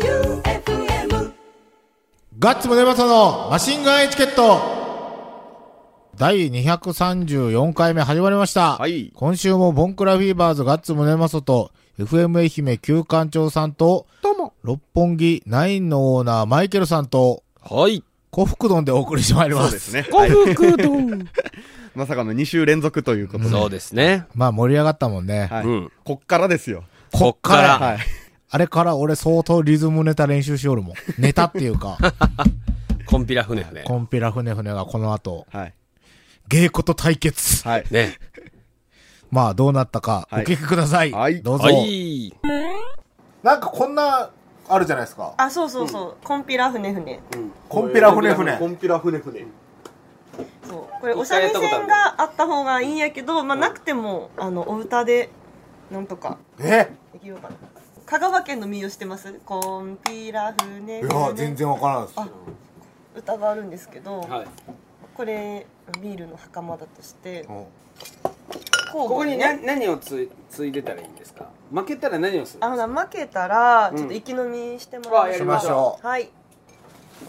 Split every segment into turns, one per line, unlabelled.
J-O-E-U-F-M
ガッツムネマソのマシンガンエチケット第234回目始まりました。
はい
今週もボンクラフィーバーズガッツムネマソと FM 愛媛旧館長さんと
どうも。
六本木ナインのオーナーマイケルさんと
はい。
古福丼でお送りしてまいり
そ
ま
う
す。
ですね。
五福丼。
まさかの2週連続ということで。
そうですね。
まあ盛り上がったもんね。
はい。
うん
こっからですよ。
こっから。
はい。
あれから俺相当リズムネタ練習しよる もん。ネタっていうか、
コンピラ船船。
コンピラ船船がこの後、
はい。
芸妓と対決。
はい。
ね。
まあどうなったか、お
はい
聞きください。
はい
どうぞ。
はい。
なんかこんな、あるじゃないですか。
あそうそうそう、コンピラ船船
コンピラ船船。
ンピラ船船
そうこれおしゃれ線があった方がいいんやけど、まあ、なくてもあのお歌でなんとか
え
できようかな香川県の民謡してますコンピラ船
いや、全
船
然わからんです。
あ歌があるんですけど、
はい
これビールの袴だとして
うん
こ
ここにな何をついついでたらいいんですか負けたら何をする
あほら負けたら
うん
ちょっと生き飲みしてもらいましょう
あやりま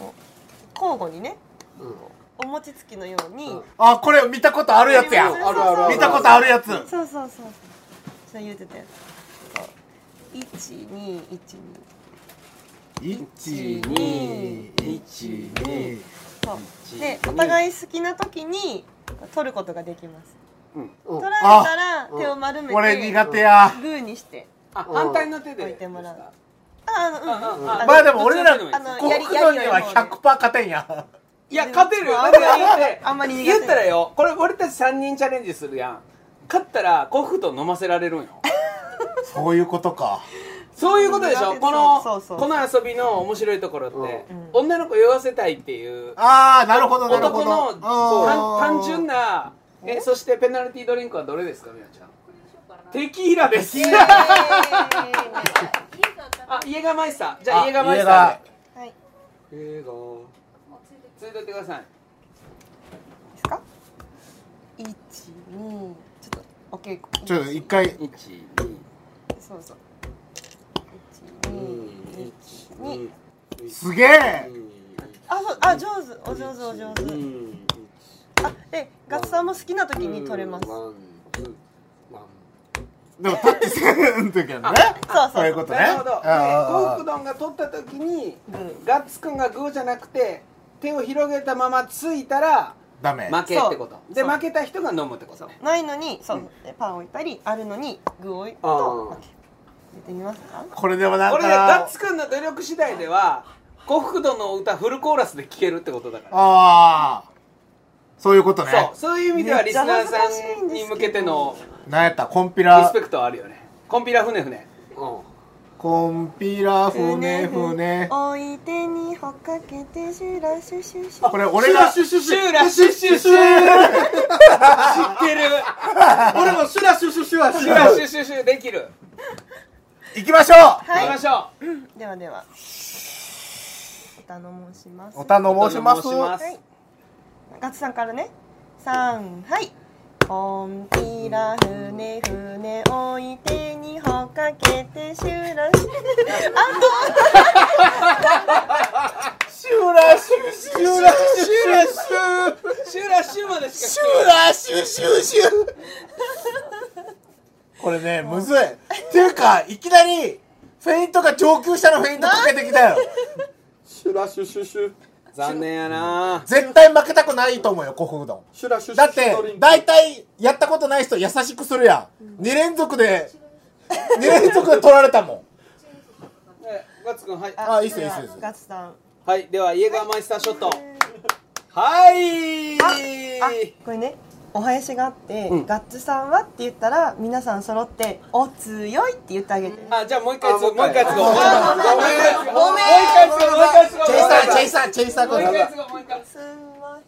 しょう
はい交互にね
うん
お餅つきのように、
ん
あ、これ見たことあるやつや
そうそうそう
あるある
見たことあるやつ
そうそうそうそう言うてたやつ一二一
1212
二でお互い好きな時に取ることができます
うん
取られたら手を丸めて
俺苦手や。
グーにして
あ反対の手で
置いてもらう
ですか
ああのうんうん
あ
まあでも俺ら、
どっち
国
あのや
でもいいです
り
府のには100%勝てんや。
いや勝てるよ
あ
だ
ん
っ
まり
てだって
あんまり苦手
言ったらよこれ俺たち3人チャレンジするやん勝ったらコフと飲ませられるんよ
そういうことか。
そういうことでしょこ
そう
の
そう
この遊びの面白いところって女の子酔わせたいっていう
あー、なるほど、なるほ
男
ど。
の
あー
単単純なえそしてペナルティードリンクはどれですかみなちゃんテキーラです
イエーイ
あイエガーマイスターじゃあイエガーマイス
あ
タ
はいいい
ーでイエガーついといてください
ですか一二ちょっとお稽古
ちょっと一回、
1 2
そうそう一二一二
すげえ
あ、そう、あ、上手、お上手、お上手。あ、え、ガッツさんも好きな時に取れます。そう
でもタッチせんときはね。
そう。
そういうことね。
なるほどで幸福
あー
丼が取った時にガッツくんがグーじゃなくて手を広げたままついたら
ダメ。
負けってこと
そう
で
そう
負けた人が飲むってことね
ないのに、そう、でパン置いたり、あるのに、具を置いと。
あ
入
ー
れてみますか。
これでもなん
俺ねガッ
か
ツ、くんの努力次第では幸福度の歌フルコーラスで聴けるってことだから
あー、そういうことね。
そうそういう意味ではリスナーさんに向けての
なんやった、コンピ
リ
ラ
スペクトはあるよねコンピラ船船
コンピラ船船。
置いてにほっかけて、シュラシュシュシュ。
これ俺が、
シュシュシュラシュシュシュ知ってる
俺もシュラシュシュシュは
シュラシュシュシュできる
行きましょう
行きましょう
ではでは。お頼もします。
おたの申します。
はい。ガッツさんからね。三、はい。コンピラ船船置いてにほっかけ て、シュラシュ。
シュラシュシュラシュラシ
シュラシュまでしか
ュラシュシュシュこれね、むずい。っていうか、いきなり、フェイントが上級者のフェイントかけてきたよ。
シュラシュシュシュ。
残念やな
絶対負けたくないと思うよ、古風丼。
シュラシュシュシュ
だって、大体、やったことない人優しくするやん。2連続で、2連続で取られたもん。
ガッツくんはい
あいいっすよいいっすよいいっすよ
ガッツさん。
はいではイエガーマイスターショットはい
あこれねお囃子があって、
うん
ガッツさんはって言ったら皆さん揃って「お強い」って言ってあげて、
あじゃあもう一回つもう一回つごめんもう一
あ
回つご
ご
もう
めん
一回つごもう一回つご
チェイサー、チェイサー、チェイサー
も
こ
う一回
れ
つごもう一回つ
すんまへ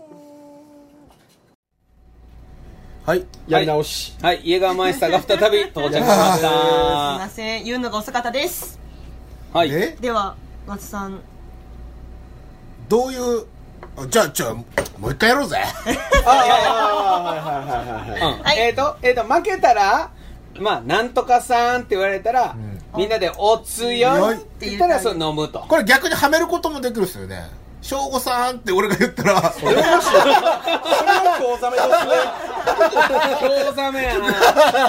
はい。
やり直し。
ごはいイエガーマイスターが再び到着しました
んすいません言うのが遅かったです
はい
え
ではガッツさん
どういう、あじゃあ、じゃあ、もう一回やろうぜ。
うんえっ、ー、と、えっ、ー、と、負けたら、まあ、なんとかさんって言われたら、みんなで「お強い」って言ったらそう飲むと
これ逆にはめることもできるっすよね。省吾さんって俺が言ったら、
それは興ざめですね
興ざめやな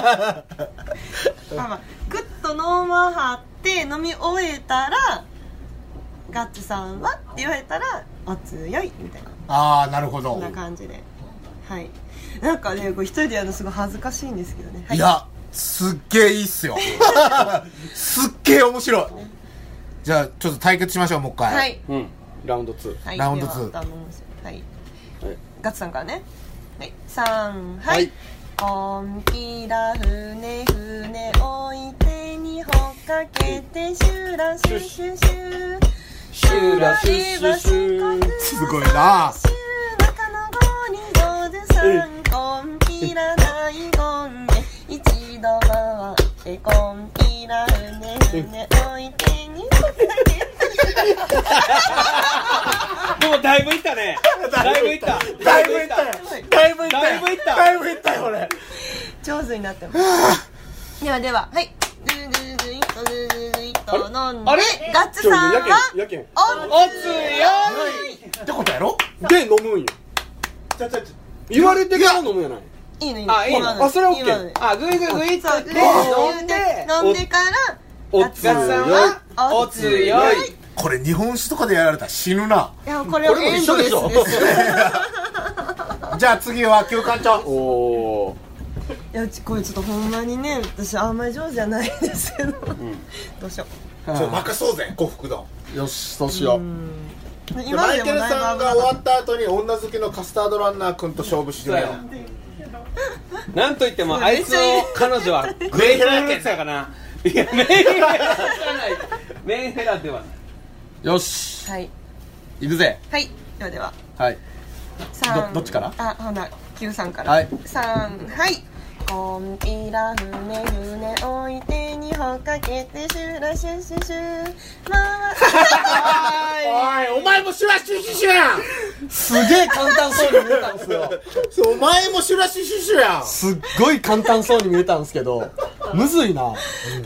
まあまあグッとノーマン張って飲み終えたらガッツさんはって言われたらお強いみたいな
ああ、なるほ
こ
ど
んな。感じではいなんかねこう一人でやるのすごい恥ずかしいんですけどね、はい
や、すっげえいいっすよ。すっげえ面白い。じゃあ、ちょっと対決しましょう、もう一回。
はい、
うんラウンド2
はい、
ラウンド
では
ツー
頼むんですよはい
はい
ガッツさんからねはい3はい「おんきらふねふねおいてにほかけてシュラシュシュシュ」
シュラシュシュシュ
すごいな
シュ中のゴリゴで三コンピラ大根で一度回ってコンピラうねうねおいてにほかけて
でもだいぶいったねだいぶいった
だいぶいったよだいぶいったよ
だいぶいった
だいぶいったよ俺
上手になってます。ではでは、はい。ドゥドゥドゥイットドゥドゥドゥイット飲んで、ガッツ
ちょ
さん
や
は、
けんやけん
お
お強い
ってことやろ
で飲むんよちゃちゃちゃ言われてから飲むやない
いいのいい
あいいの
今の
あそれは OK
今ので
あグイグイグイっと
そう
って
グ
飲
ー
ん
グ
で
ー飲んで、飲んでから、
お
ガッツさんは、
お強い
い
これ日本酒とかでやられたら死ぬな。
や、これはエンドレス
俺も
です。
じゃあ次は休館長。
おお
いや、うちこれちょっとほんまにね、私あんまり上手じゃないですけど、どうしよ
ちょ、任そうぜ、呉服丼。
よしそうしよう
う。今
マ
ま
イ
で
ケル
もだいぶ
さん
危
が
な
終
か
わ
っ。
った後に女好きのカスタードランナー君と勝負してるやん。
なんといってもあいつの彼女はメンヘラやけんだからいやメンヘラじゃないメンヘラではない
よした
はい。
行くぜ
はい。ではでは。
はい
三
どどっちから
あほな九三から
はい
三はいコンピラ船船置いてにほかけてシュラシュシュシュ回
おい、お前もシュラシュシュシュやん
すげえ簡単そうに見えたんですよ
そうお前もシュラシュシュシュやん
すっごい簡単そうに見えたんですけどむずいな
す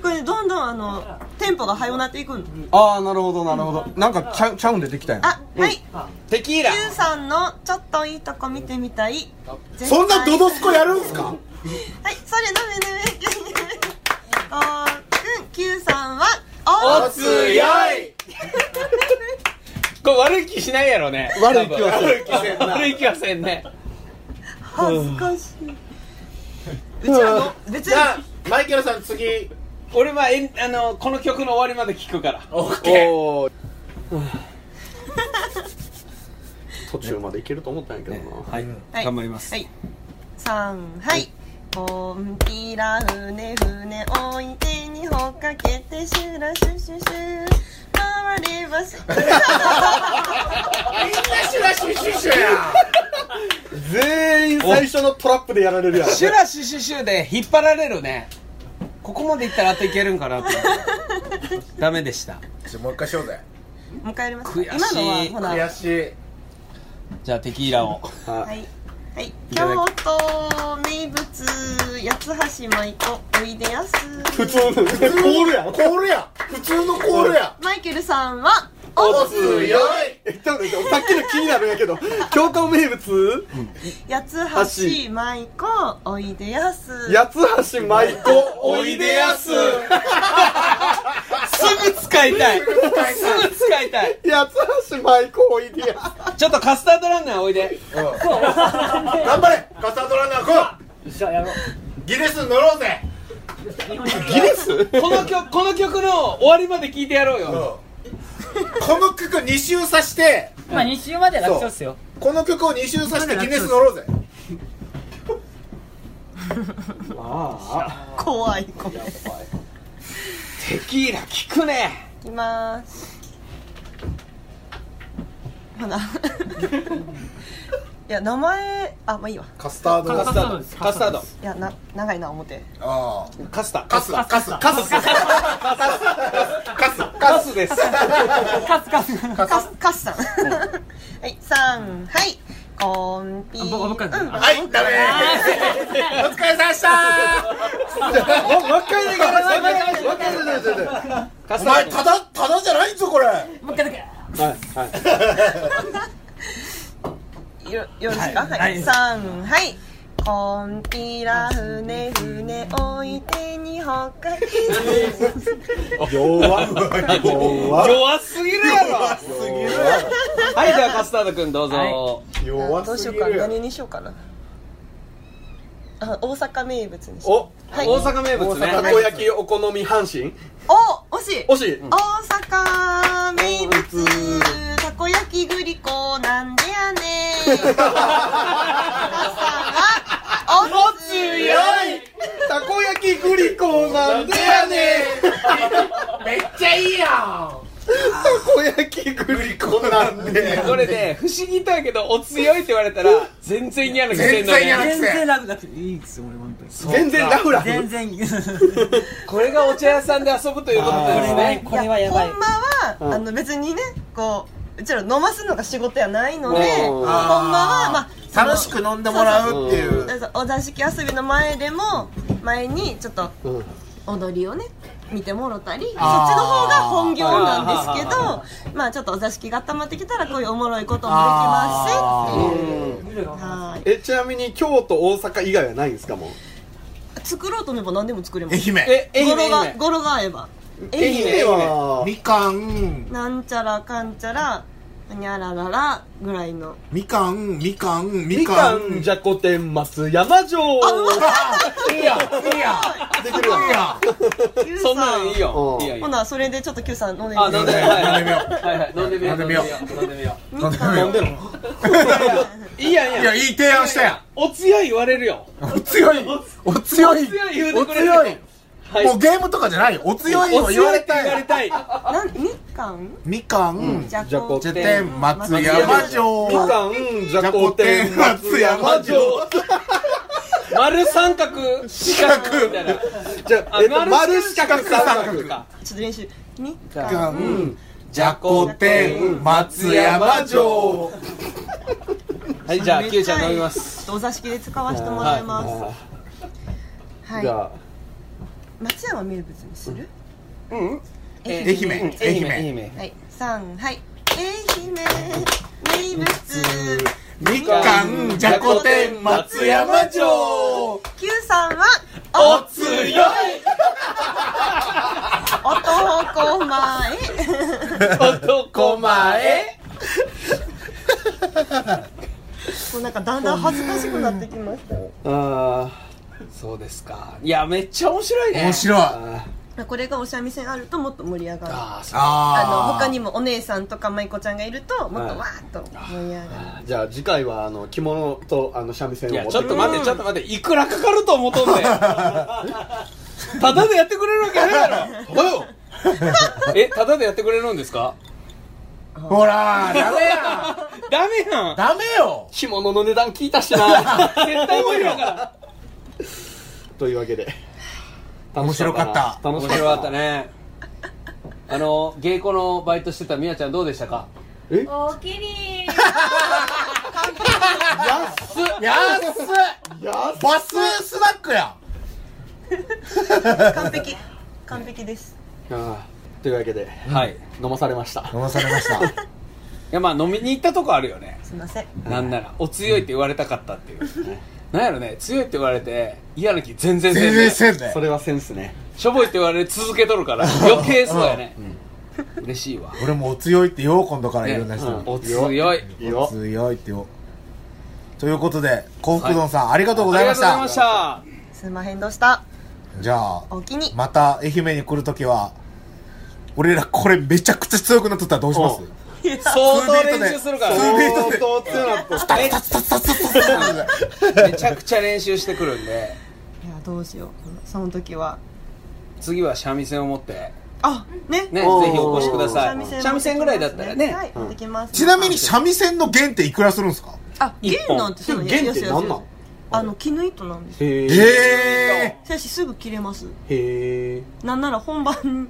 これどんどんあのテンポが速くなっていくの
ああなるほどなるほどなんかちゃうちゃうんでできたやん
あはい
テキーラ
九三のちょっといいとこ見てみたい
そんなドドスコやるんすか
はいそれのめのめあーうん九三は
お
お
強いこれ悪い気しないやろね
悪い気はせん
悪い気せんな悪い気はせんね
恥ずかしいうちらの別
じ
に
ゃあ、マイケルさん次。
俺はえんあのこの曲の終わりまで聞くから
オッケー。
おお
途中までいけると思ったんやけどな
はい
はい
頑張ります
はい。三、はい。コンピラ船船置いてにほかけてシュラシュシュシュ回ればし。
みんなシュラシュシュシュやん
全員最初のトラップでやられるやん
シュラシュシュシュで引っ張られるねここまでいったらあといけるんか なと思ってダメでした
じゃあもう一回しようぜ。
もう一回やりますか。
悔しい
今のはほら。は
悔しい。
じゃあテキーラを
い。はい。京都名物八つ橋舞子おいでやす。
普通のコールやん
コールやん普通のコールやん
マイケルさんは
お強い
えちょっと待ってさっきの気になるんやけど京都名物
八つ橋舞子おいでやす。
八つ橋舞子おいでやす
すぐ使いたいすぐ使いたい
八つ橋舞子おいでやす
ちょっとカスタードランナーおいで
頑張れカスタードランナー来いギネス乗ろうぜ
ギネス
この曲この曲の終わりまで聞いてやろうよ
この曲2周さして
まあ2週まで楽勝っすよ
この曲を2周さしてギネス乗ろうぜ
怖いこれ。い
テキーラ効くね
きます。ほな。い や名前あまあいいわ。
カスタードランナー
カスタードカスタード
いやな長いな表
ああ
カスタ
カスカスカスカスカス
カスです
カスカスさんはい三はいコンピ
あぼ僕から
うん
はいダメお疲れさまでした
もう一回だけもう一回
カ
お
スター
前
ド
ただただじゃないんぞこれ
もう一回だけ
はいはい
よよろしくはい、はい、3はいこんぴらふねふねおいてにほかき
弱っ弱っ
弱すぎるやろは
すぎる
いではカスタードくんどうぞ、
はい
弱
どうし
す
よう
ぎ
か
るや
何にしようかなあ大阪名物にしよ
お
うはい
大阪名
大
物ね
阪たこ焼きお好み阪神
お惜しい
惜しい
大阪名物たこ焼きグリコなんでや ねん皆さんはおつよ
いたこ焼きグリコなんでやねん
めっちゃいいや
たこ焼きグリコなんでやねん
これね不思議だけどお強いって言われたら全然嫌な気せんの
全然嫌な
ね
全然楽だくていいですよ俺本当に
全然ラフラフ
全然いい
これがお茶屋さんで遊ぶということですね
これはやばい
ほんまは、あの別にねこううちら飲ますのが仕事やないので
うん
ほんまはまあその
楽しく飲んでもらうっていう
そうそうお座敷遊びの前でも前にちょっと
うん
踊りをね見てもろたりそっちの
あー
方が本業なんですけどまあちょっとお座敷が温まってきたらこういうおもろいこともできますしっていうはい
えちなみに京都大阪以外はないんですかもう
作ろうと思えば何でも作れます
愛媛
え愛
語
媛
呂
愛
が
媛
語呂が合えば
愛媛
愛媛は
みかん
なんちゃらかんちゃらにゃらららぐらいの
みかんみかんみ
み
か
か
ん
んじゃこ天松山城
いいやいいや
できるわ
いいや
Q
そんなのいいよ
うん
いいよいい
ほ
よ
なそれでちょっと Q さん飲んでみて
あ飲んでみよう
飲んでみよう
はいはい飲んでみよう
飲んでみよ
飲んでみよ
みかん
飲んでろ
ういいやんいい
い
や
や
ん
いい提案したやん
お強い言われるよ
お強いお強い
お強い言う
お
てくれる
強い
はい
もうゲームとかじゃないよお強いを言われ
お強いって言わ
た
れ
い
たい
なんみかん
みかん
じゃこ
じゃこ
じゃてん松山城
みかんじゃこ天松山城
丸三角四角みたいな
じゃあ、えっと、丸四角三角か
か
ちょっと練習みか
み
ん
かんじゃこ天松山城
はいじゃあキューちゃん飲みます
お座敷で使わせてもらいますはい
じゃあ
松山名物にする
愛媛愛媛
媛
はい三はい愛媛名物
みかんじゃこ天松山城
Q さんはお
強い
男前
男前
もうなんかだんだん恥ずかしくなってきました
あ
そうですかいやめっちゃ面白いね
面白い
あ
これがお三味線あるともっと盛り上がるあ
ああそう
あ
の
ー
他にもお姉さんとか舞子ちゃんがいるともっとわーっと盛り上がる
じゃあ次回はあの着物とあの三味線
い
を
や
持
ちょっ
き
と待ってちょっと待っていくらかかると思っとん ねんただでやってくれるわけないだろえただでやってくれるんですか
ほらダメや
ダメやん
ダメよ
着物の値段聞いたし な
絶対無理だから
というわけで
面白かった
楽し
面白
かった
かったねあの芸妓のバイトしてたみやちゃんどうでしたか
おおきに
安っバススナックや
完璧完璧です
あーというわけで
はいい
飲まされました
飲まされました
やまあ飲みに行ったとこあるよね
すいません
なんならお強いって言われたかったっていうなんやろね強いって言われて嫌な気全然せ
全
ん
然
ね
せんね
それはセンスね
しょぼいって言われ続けとるから余計そうやね嬉しいわ
俺もお強いってよう今度からいろんな人
ね
に
うん
お強い
いいよ
強いってよということで幸福丼さん、ありがとうございまし
ありがとうござい
た
ました
すんまへんどした
じゃあ
おおきに
また愛媛に来るときは俺らこれめちゃくちゃ強くなっとったらどうします
うん
相当練習するから
ツービートで
相当強なっと
めめちゃくちゃ練習してくるんで
いやどうしようその時は
次は三味線を持ってね
あね
ぜひ
おー
お越しくださ
三味
い
線
三味線ぐらいだったらね、
はい持ってきます
ちなみに三味線の弦っていくらするんですか
あ弦なんて
でも弦って何なの
あの絹糸なんですよ
へ
え
ー
え
しかしすぐ切れます
へえ
なんなら本 番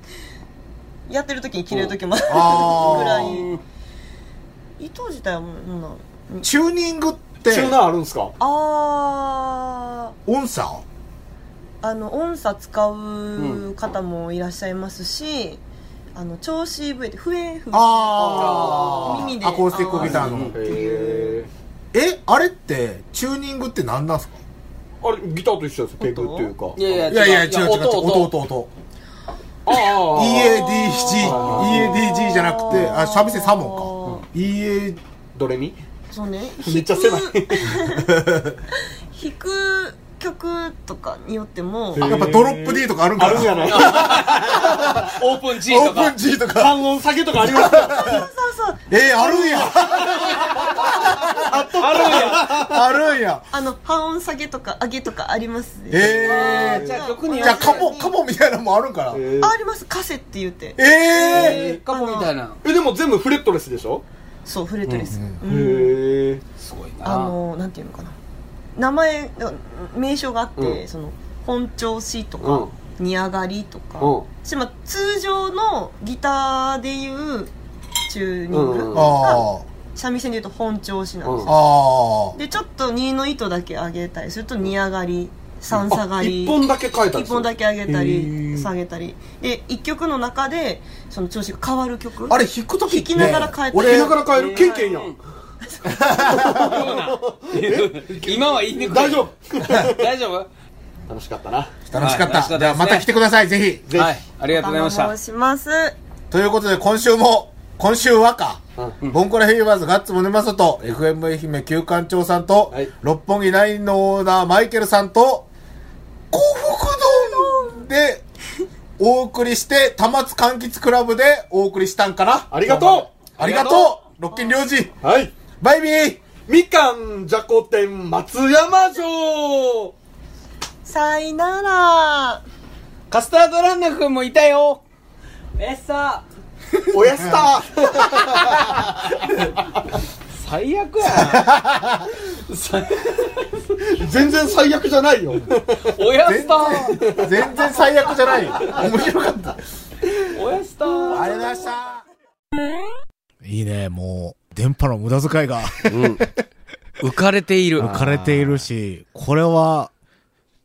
やってる時に切れる時も
あー
あるぐらい糸自体はもうなんなん
ー、チューニングって
チューナーあるんすか
あ
音差
ーあの音叉使う方もいらっしゃいますし、あの調子 V で笛吹いて
あー
耳で
アコースティックギター
あ
の
っていう
えあれってチューニングって何なんすか
あれギターと一緒ですよペグっていうか
いや
いやいや違う違う違う
音音
音音
ああ
EADGEADG じゃなくてあ三味線三本か EA
ドレミ
そうね
めっちゃ狭い
弾く 弾く曲とかによっても
やっぱドロップ D とかあるんか
あるんじゃない
オープン G
オ
と
ープ
か
ン G とか
半音下げとかありますか
そうそう
えー、あるんや
あるんや
あるんや
あの半音下げとか上げとかありますね
え
じゃあ曲
に
ー、
よ
じゃあカモカモみたいなのもあるんかなえ
あありますカセって言って
えー、
カモみたいな
えでも全部フレットレスでしょ
そうフレートです、
へ
うん
え
すごいな
あ のなんていうのかな名前が名称があって、
うん
その本調子と
うん
か、煮上がりとか、
うん
そしてまあ通常のギターでいうチューニング、
うんうん
あー
三味線でいうと本調子なんですよ、
あー
でちょっと2の糸だけ上げたりすると煮上がり三下がり
一本だけ変えた
一本だけ上げた
へ
り
ー
下げたりで1曲の中でその調子が変わる曲
あれ弾くとき
弾きながら変えたり
俺言いながら変えるケンケンやん
今は言いにくい
大丈
夫大丈夫
楽しかったな
楽しかった,、
はい楽しかったですね
じゃあまた来てくださいぜひ
ぜひ
はいありがとうございました
お願いします
ということで今週も今週はか、ボンコラフィーバーズガッツムネマソと FM 愛媛旧館長さんと、
はい
六本木ナインのオーナーマイケルさんと幸福丼でお送りして玉津柑橘クラブでお送りしたんかな
ありがと
ありがとう六軒領事
うはい
バイビー
みかんじゃこ店松山城
さいなら
カスタードランナー君もいたよ
えっさ
おやすた
最悪や
全然最悪じゃないよ
おや
全
スター
然全然最悪じゃないよ面白かったあり
おやスター
がとうございました
いいね、もう、電波の無駄遣いが
浮かれている
浮かれているし、これは、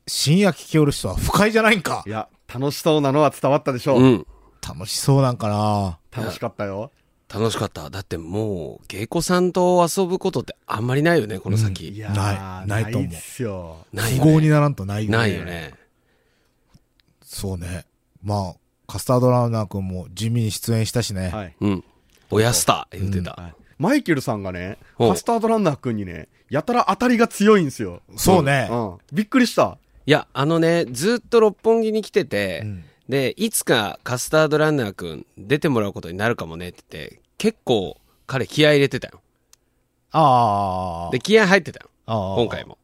深夜聞きおる人は不快じゃないんか
いや、楽しそうなのは伝わったでしょう。
うん
楽しそうなんかな
楽しかったよ。
楽しかっただってもう芸妓さんと遊ぶことってあんまりないよねこの先、
い
ないないと思う
ないっすよ。
な
不
いよね
合にならんとないよね。
ないよ。ね
そうね。まあ、カスタードランナー君も地味に出演したしね。
はい。
うんおやスター言ってた、
はいマイケルさんがね、
おう
カスタードランナー君にね、やたら当たりが強いんですよ。
そうね。
うん。びっくりした。
いや、あのね、ずっと六本木に来てて、
ん
で、いつかカスタードランナーくん出てもらうことになるかもねって言って、結構彼気合い入れてたよ。
ああ
で、。気合い入ってたよ。
ああ
今回も。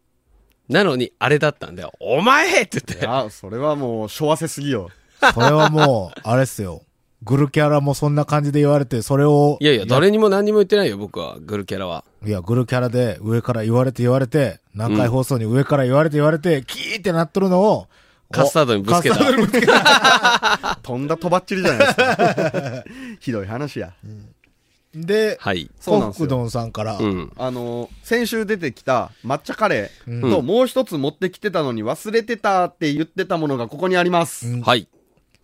なのに、あれだったんだよ。お前って言って。
あ、それはもう、しょわせすぎよ。
それはも う、あれっすよ。グルキャラもそんな感じで言われて、それを、
いやいや、誰にも何にも言ってないよ、僕は、グルキャラは。
いや、グルキャラで上から言われて言われて、何回放送に上から言われて言われて、キーってなっとるのを、
カスタードにぶつけた
カスタードにぶつけた。
とんだとばっちりじゃないですか。 ひどい話や。
で、
はい。
そうな
コ
んで
フ
す
ク
よ。
ドンさんから、
うん。
あの、先週出てきた抹茶カレーともう一つ持ってきてたのに忘れてたって言ってたものがここにあります。
はい。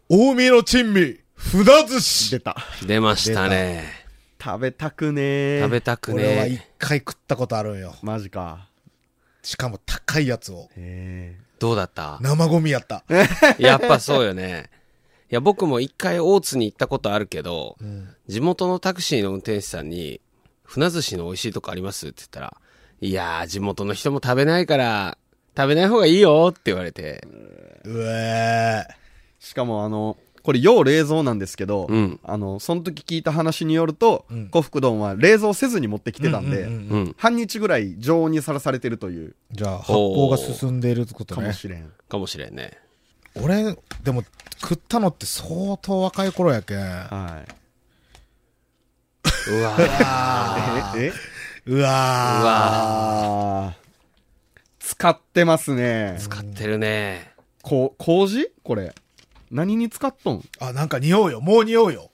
大見の珍味、札寿司
出た。
出ましたね。
食べたくねー。
食べたく
これは一
ね。
回食ったことあるんよ。
マジか。
しかも高いやつを。
へ
どうだった
生ゴミやった。
やっぱそうよね。いや、僕も一回大津に行ったことあるけど、地元のタクシーの運転手さんに、船寿司の美味しいとこありますって言ったら、いやー、地元の人も食べないから、食べない方がいいよって言われて、
うえ
ーしかもあの、これ要冷蔵なんですけど、
うん
あの、その時聞いた話によると、
ん
呉服丼は冷蔵せずに持ってきてたん
う
で、
んうんうん
うん、
半日ぐらい常温にさらされてるという、
じゃあ、発酵が進んでいるってこと
かも
ね。
しれん。
かもしれんね。
俺、でも、食ったのって相当若い頃やけん。
は
うわー
い。ええ
うわ
あー。使ってますね。
使ってるね。
こ、麹これ。何に使っとん
ーあ、なんか匂うよ。もう匂うよ。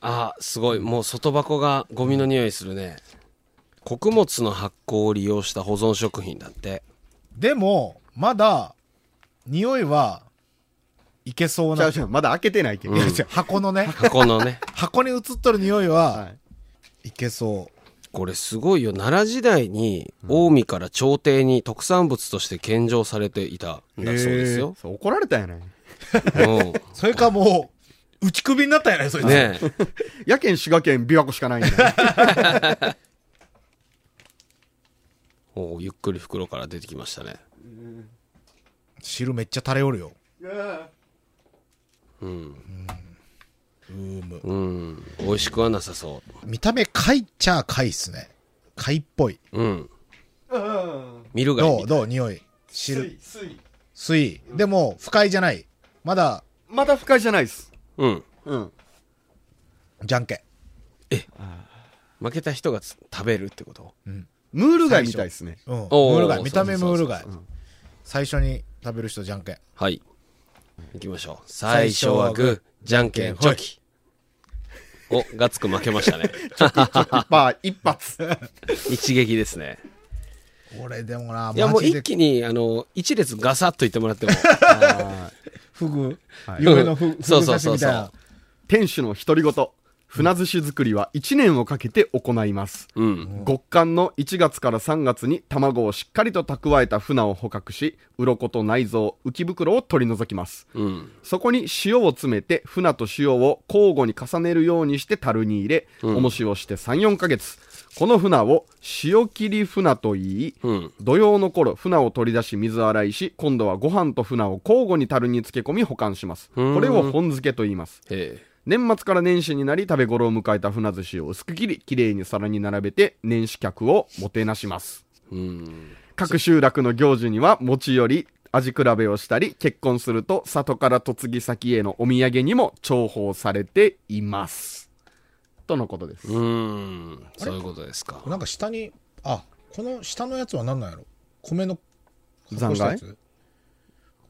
あー、すごい。もう外箱がゴミの匂いするね。穀物の発酵を利用した保存食品だって。
でも、まだ、匂いはいけそう
ちゃ
な
う。ちゃう、まだ開けてないけど。
うん
いや違う
箱のね、
箱の ね。
箱に映っとる匂い
は
はいいけそ
これすごいよ。奈良時代に、近江から朝廷に特産物として献上されていたんだそうですよ。
そう怒られたんやない。
うん。
う。それかもう、打ち首になったんやね、そいつ。
ねえ。
やけん滋賀県琵琶湖しか ないんだよ。
おうゆっくり袋から出てきましたね。
汁めっちゃ垂れおるよ。
うん。
うーむ。
うん。美味しくはなさそ
見た目貝っちゃ貝っすね。貝っぽい。
う。うん。
うん。
見るが
ど
いう
どう匂い。汁。
水、水。
水。でも、不快じゃない。まだ、
まだ不快じゃないです。
うん。
うん。
じゃんけん。
負けた人がつ食べるってこと
ムール貝みたいですね。
うん。ム
おー
ール貝。見た目
そ
ム
う
ー
そ
ル
うそう
貝。最初に食べる人じゃんけん。
はい。行きましょう。最初はグー、じゃんけんチョキ。 お、ガッツくん負けましたね。
まあ、一発。
一撃ですね。
俺でもな、
いや、も
マ
う
ジ
一
で
気に、あの、一列ガサッと言ってもら っても。
フグ、夢のフ
うん
グ
そう
刺
そう
し
そう
みたい
そう
な。。
店主の独り言。船寿司作りは1年をかけて行います。
うん。
極寒の1月から3月に卵をしっかりと蓄えた船を捕獲し、鱗と内臓、浮袋を取り除きます。
うん。
そこに塩を詰めて、船と塩を交互に重ねるようにして樽に入れ、
うん
重しをして3、4ヶ月。この船を塩切り船と言い、
うん。
土曜の頃、船を取り出し水洗いし、今度はご飯と船を交互に樽に漬け込み保管します。
うん
これを本漬けと言います。
へ
年末から年始になり食べ頃を迎えた船寿司を薄く切り、きれいに皿に並べて年始客をもてなします。
え。うん。
各集落の行事には持ち寄り、味比べをしたり、結婚すると里から嫁ぎ先へのお土産にも重宝されています。とのことです。
うん。そういうことですか。
なんか下に、あ、この下のやつは何なんやろ米の
残骸
発酵したやつ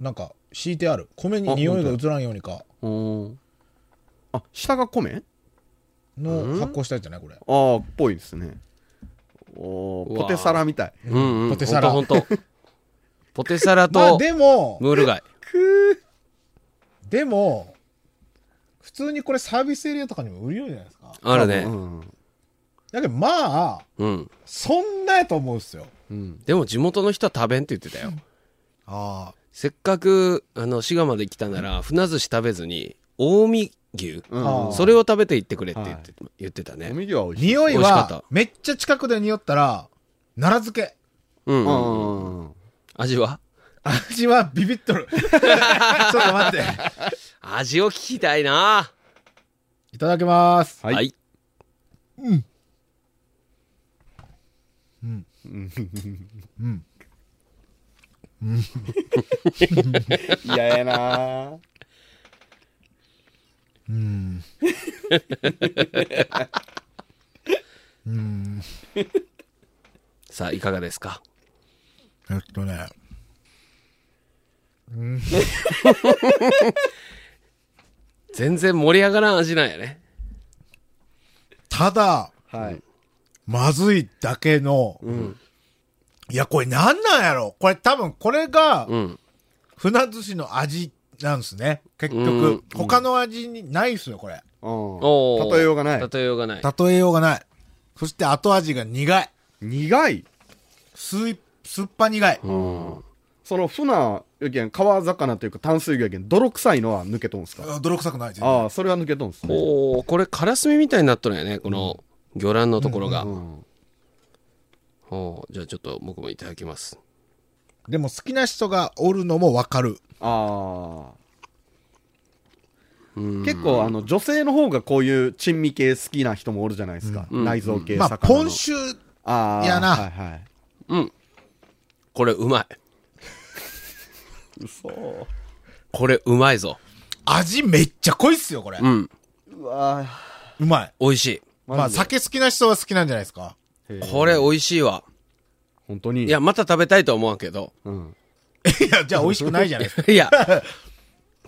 なんか敷いてある。米に匂いが移らんようにか
おーあ、下が米
の発酵したやつじゃないこれ。
ああ、っぽいですね。おー
うわー
ポテサラみたい。
うんうん。
ポテサラ
ほんとほんとポテサ ラ
まあ
と、
でも、
ムール貝。
でも、普通にこれサービスエリアとかにも売るようじゃないですか。
ある
う
ね。
ん。
だけどまあ、
うん。
そんなやと思うっすよ。
うん。
でも地元の人は食べんって言ってたよ。
あ
せっかく、あの、滋賀まで来たなら、船寿司食べずに、近江牛
あー
それを食べて行ってくれって言って,、言ってた
お
ね。
右は美味しい。
匂い
美味しかった
は、めっちゃ近くで匂ったら、奈良漬け。
うん、
う
う
ん。
ん。
うん
味は
味はビビっとる。 ちょっと待って。
味を聞きたいな、
いただきます。
はい
はい。
嫌ややなー
さあ、いかがですか
えっとね。
全然盛り上がらん味なんやね。
ただ、
はい。
まずいだけの、
ん
いや、これなんなんやろこれ多分これが
うん。
船寿司の味なんですね。結局、
うん
他の味にないっすよ、これ。
お
おー
例えようがない。
例えようがない。
例えようがない。そして後味が苦い。
苦い。
すい、すっぱ苦い。
その船やけん、川魚というか淡水魚やけん、泥臭いのは抜けとんすか
あ泥臭くない。全然
ああ、それは抜けとんすね。
おおこれ、カラスミみたいになっとるんやね、この、魚卵のところが。
うん
おーじゃあちょっと僕もいただきます。
でも好きな人がおるのもわかる。
ああ。
ん
結構、あの、女性の方がこういう珍味系好きな人もおるじゃないですか。内臓系
ま
魚
あ、
の。
ポンシュ
ああ。
やな
はいはい。
これ、うまい。
嘘。
これ、うまいぞ。
味めっちゃ濃いっすよ、これ。う
うん。
うわー
まい。
美味しい。
まあ、酒好きな人は好きなんじゃないです か。
これ、美味しいわ。
本当に。
いや、、また食べたいとは思うけど。
うん。
いや、じゃあ美味しくないじゃないですか。
いや、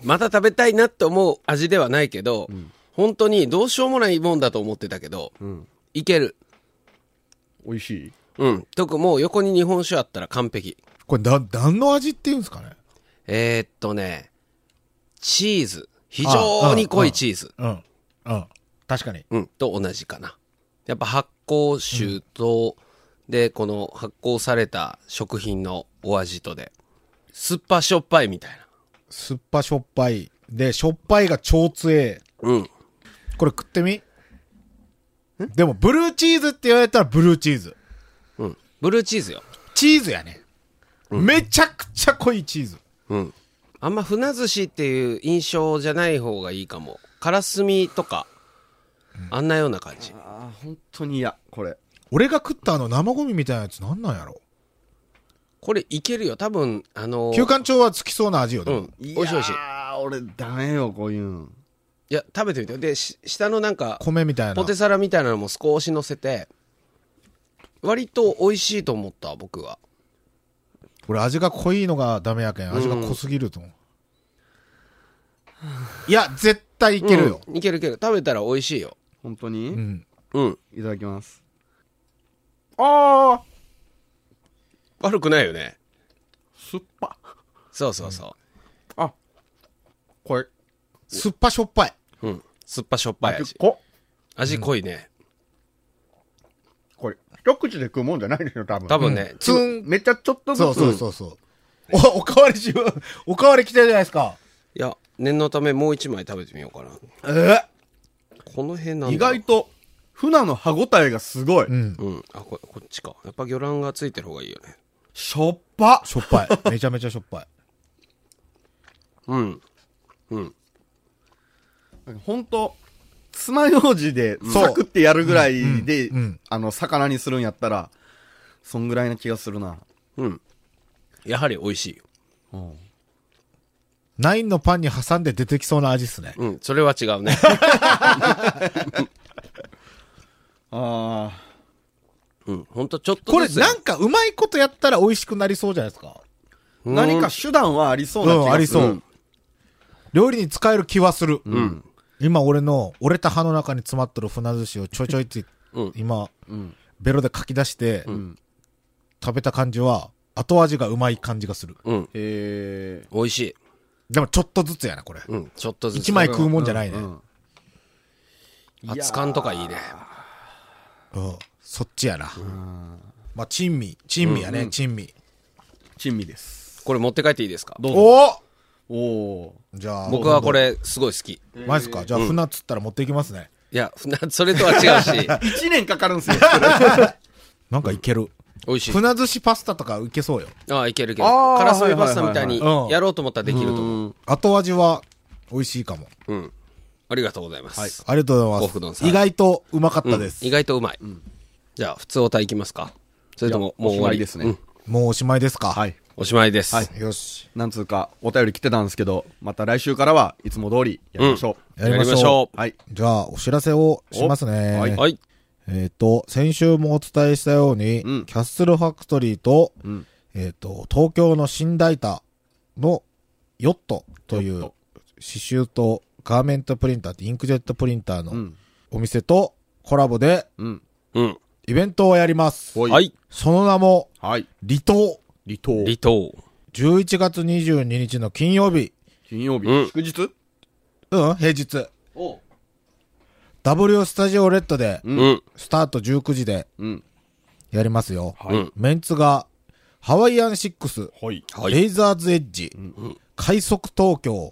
また食べたいなって思う味ではないけど、本当にどうしようもないもんだと思ってたけど、
ん
いける。
美味しい。
うん。特もう横に日本酒あったら完璧。
これ、だ、何の味って言うんですかね。
えーっとね、チーズ。非常に濃いチーズ。
うん。うん。確かに。
うん、と同じかな。やっぱ発酵酒と、で、この発酵された食品のお味とで、酸っぱしょっぱいみたいな。
酸っぱしょっぱい。で、しょっぱいが超強え。
うん。
これ食ってみでも、ブルーチーズって言われたらブルーチーズ。
うん。ブルーチーズよ。
チーズやね。めちゃくちゃ濃いチーズ。
うん。あんま船寿司っていう印象じゃない方がいいかも。カラスミとか、あんなような感じ。
あー本当に嫌、これ。
俺が食ったあの生ゴミみたいなやつなんなんやろ
これいけるよ。多分、あのー
休館長はつきそうな味よ、で
う
も
ん。美味しい美味しい。
ああ、俺、ダメよ、こういうの。
いや、食べてみてよ。で、し下のなんか、
米みたいな
ポ。テサラみたいなのも少し乗せて、割と美味しいと思った、僕は。
俺味が濃いのがダメやけん。味が濃すぎると思う。いや、絶対いけるよ。
うんいけるいける。食べたら美味しいよ。
本当に、
うん。
うん。
いただきます。ああ
悪くないよね。
酸っぱ。
そうそうそ
これ、
酸っぱしょっぱい。
う。うん。酸っぱしょっぱい味。
こ、
味濃いね。
これ、一口で食うもんじゃないでしょ、多分。
多分ね、
ツン。
めっちゃちょっとずつ。
そうそうそうそう。お、お かわりしよう。おかわり来たじゃないですか。
いや、念のためもう一枚食べてみようかな。
えー
この辺なんだ
意外と、船の歯応えがすごい。
うん。
うん。あ、ここっちか。やっぱ魚卵がついてる方がいいよね。
しょっぱ
しょっぱ い。めちゃめちゃしょっぱい。
うん。うん。
本当爪楊枝でサクってやるぐらいで、
うんうん
あの、魚にするんやったら、そんぐらいな気がするな。
うん。やはり美味しいよ。
ナインのパンに挟んで出てきそうな味っすね。
うん。それは違うね。
ああ。
うん。ほんとちょっと
これ
ずつ
なんかうまいことやったら美味しくなりそうじゃないですか。
うん
何か手段はありそうな気がす
う
る。
ん、ありそう。料理に使える気はする。
うん。
今俺の折れた歯の中に詰まってる船寿司をちょいちょいって、
うん
今、
ん
ベロでかき出して、
ん
食べた感じは、後味がうまい感じがする。
うん。
へえ。
美味しい。
でもちょっとずつやな、これ。
うん。ちょっとずつ。
一枚食うもんじゃないね。
う
うんん
熱燗とかいいね。
そっちやな。まあ、珍味。珍味やね、珍味。
珍味です。
これ持って帰っていいですか
どうぞ。
お
おお
じゃあ、
僕はこれすごい好き。い
マジっすかじゃあ、船っつったら持っていきますね。
や、 なそれとは違うし、
ー。1年かかるんすよ。
なんかいける。
美味しい。
船寿司パスタとかいけそうよ。
ああ、いけるいける。
あー
カラスミパスタみたいに
はいはいはいはい
やろうと思ったらできると思う。
うん
後味は美味しいかも。
うん。ありがとうございます。
ありがとうござ
幸福
いま
丼
す。
さん
意外とうまかっ
う
た
ん
です。
意外とうまい。じゃあ、普通おたいきますかそれとも、
いや
もう
おし
終
まい
わり
ですね
うん
もうおしまいですか
はい。
おしまいです。
はい
よし。
なんつうか、お便り来てたんですけど、また来週からはいつも通りやりましょう。
やりましょ
はい。
じゃあ、お知らせをしますね。
おはい
はい。
えっ、と、先週もお伝えしたように、
うん
キャッスルファクトリーと、
ん
えっ、と、東京の新大田のヨットとい
ヨッ
う
ト
刺繍とガーメントプリンターってインクジェットプリンター
う
の
ん。
お店とコラボで
うん。
うん。
イベントをやります。
ほい
はい。
その名も、
はい。
離島。
離島。
離島。
11月22日の金曜日、
金曜日。
うん
祝日
うん、平日。
お
W スタジオレッドで、
う
うんん。
スタート19時で
うん。
やりますよ。
はい
うん
メンツが、ハワイアンシックス、
はい。
はい
レイザーズエッジ、快速東京、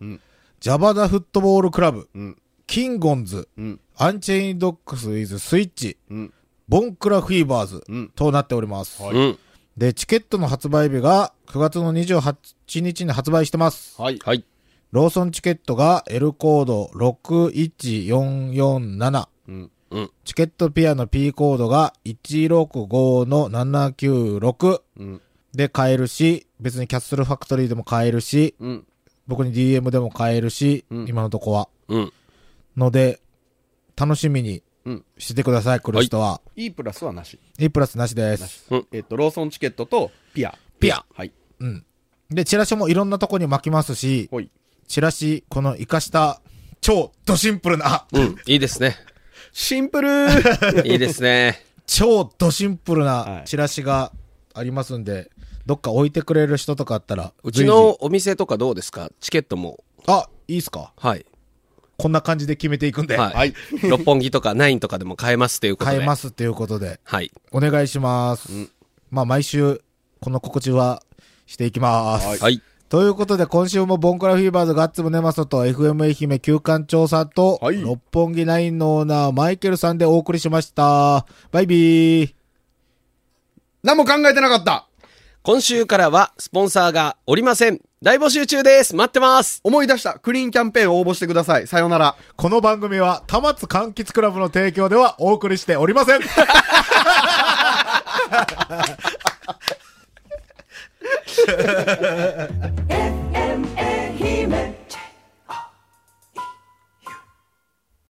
ジャバダフットボールクラブ、
ん
キンゴンズ、
ん
アンチェインドックスイズスイッチ、
ん
ボンクラフィーバーズ、
ん
となっております、
うん。
で、チケットの発売日が9月の28日に発売してます。
はい。
はい。
ローソンチケットが L コード61447。
うん。
うん。
チケットピアの P コードが165-796。
うん。
で買えるし、別にキャッスルファクトリーでも買えるし、
うん。
僕に DM でも買えるし、
うん
今のとこは。
うん。
ので、楽しみに
うん
してください、来る人は。
E プラスはなし。
いいプラスなしです。
えっと、ローソンチケットとピア。
ピア。
はい。
うん。で、チラシもいろんなとこに巻きますし、
ほい。
チラシ、この活かした、超ドシンプルな、
うん。いいですね。
シンプル ー
いいですね。
超ドシンプル
は
ないチラシがありますんで、どっか置いてくれる人とかあったら、
うちのお店とかどうですかチケットも。
随時、あ、いいっすか
はい。
こんな感じで決めていくんで、
はい。六本木とかナインとかでも買えますということで。。
変えますすっていうことで、
はい。
お願いします。まあ、毎週、この告知はしていきます。
はい。
ということで、今週もボンクラフィーバーズガッツムネマソと FM 愛媛旧館長さんと、
はい
六本木ナインのオーナーマイケルさんでお送りしました。バイビー。
何も考えてなかった
今週からは、スポンサーがおりません。大募集中です待ってます
思い出したクリーンキャンペーンを応募してください。さよなら。
この番組は、たまつ柑橘クラブの提供ではお送りしておりません。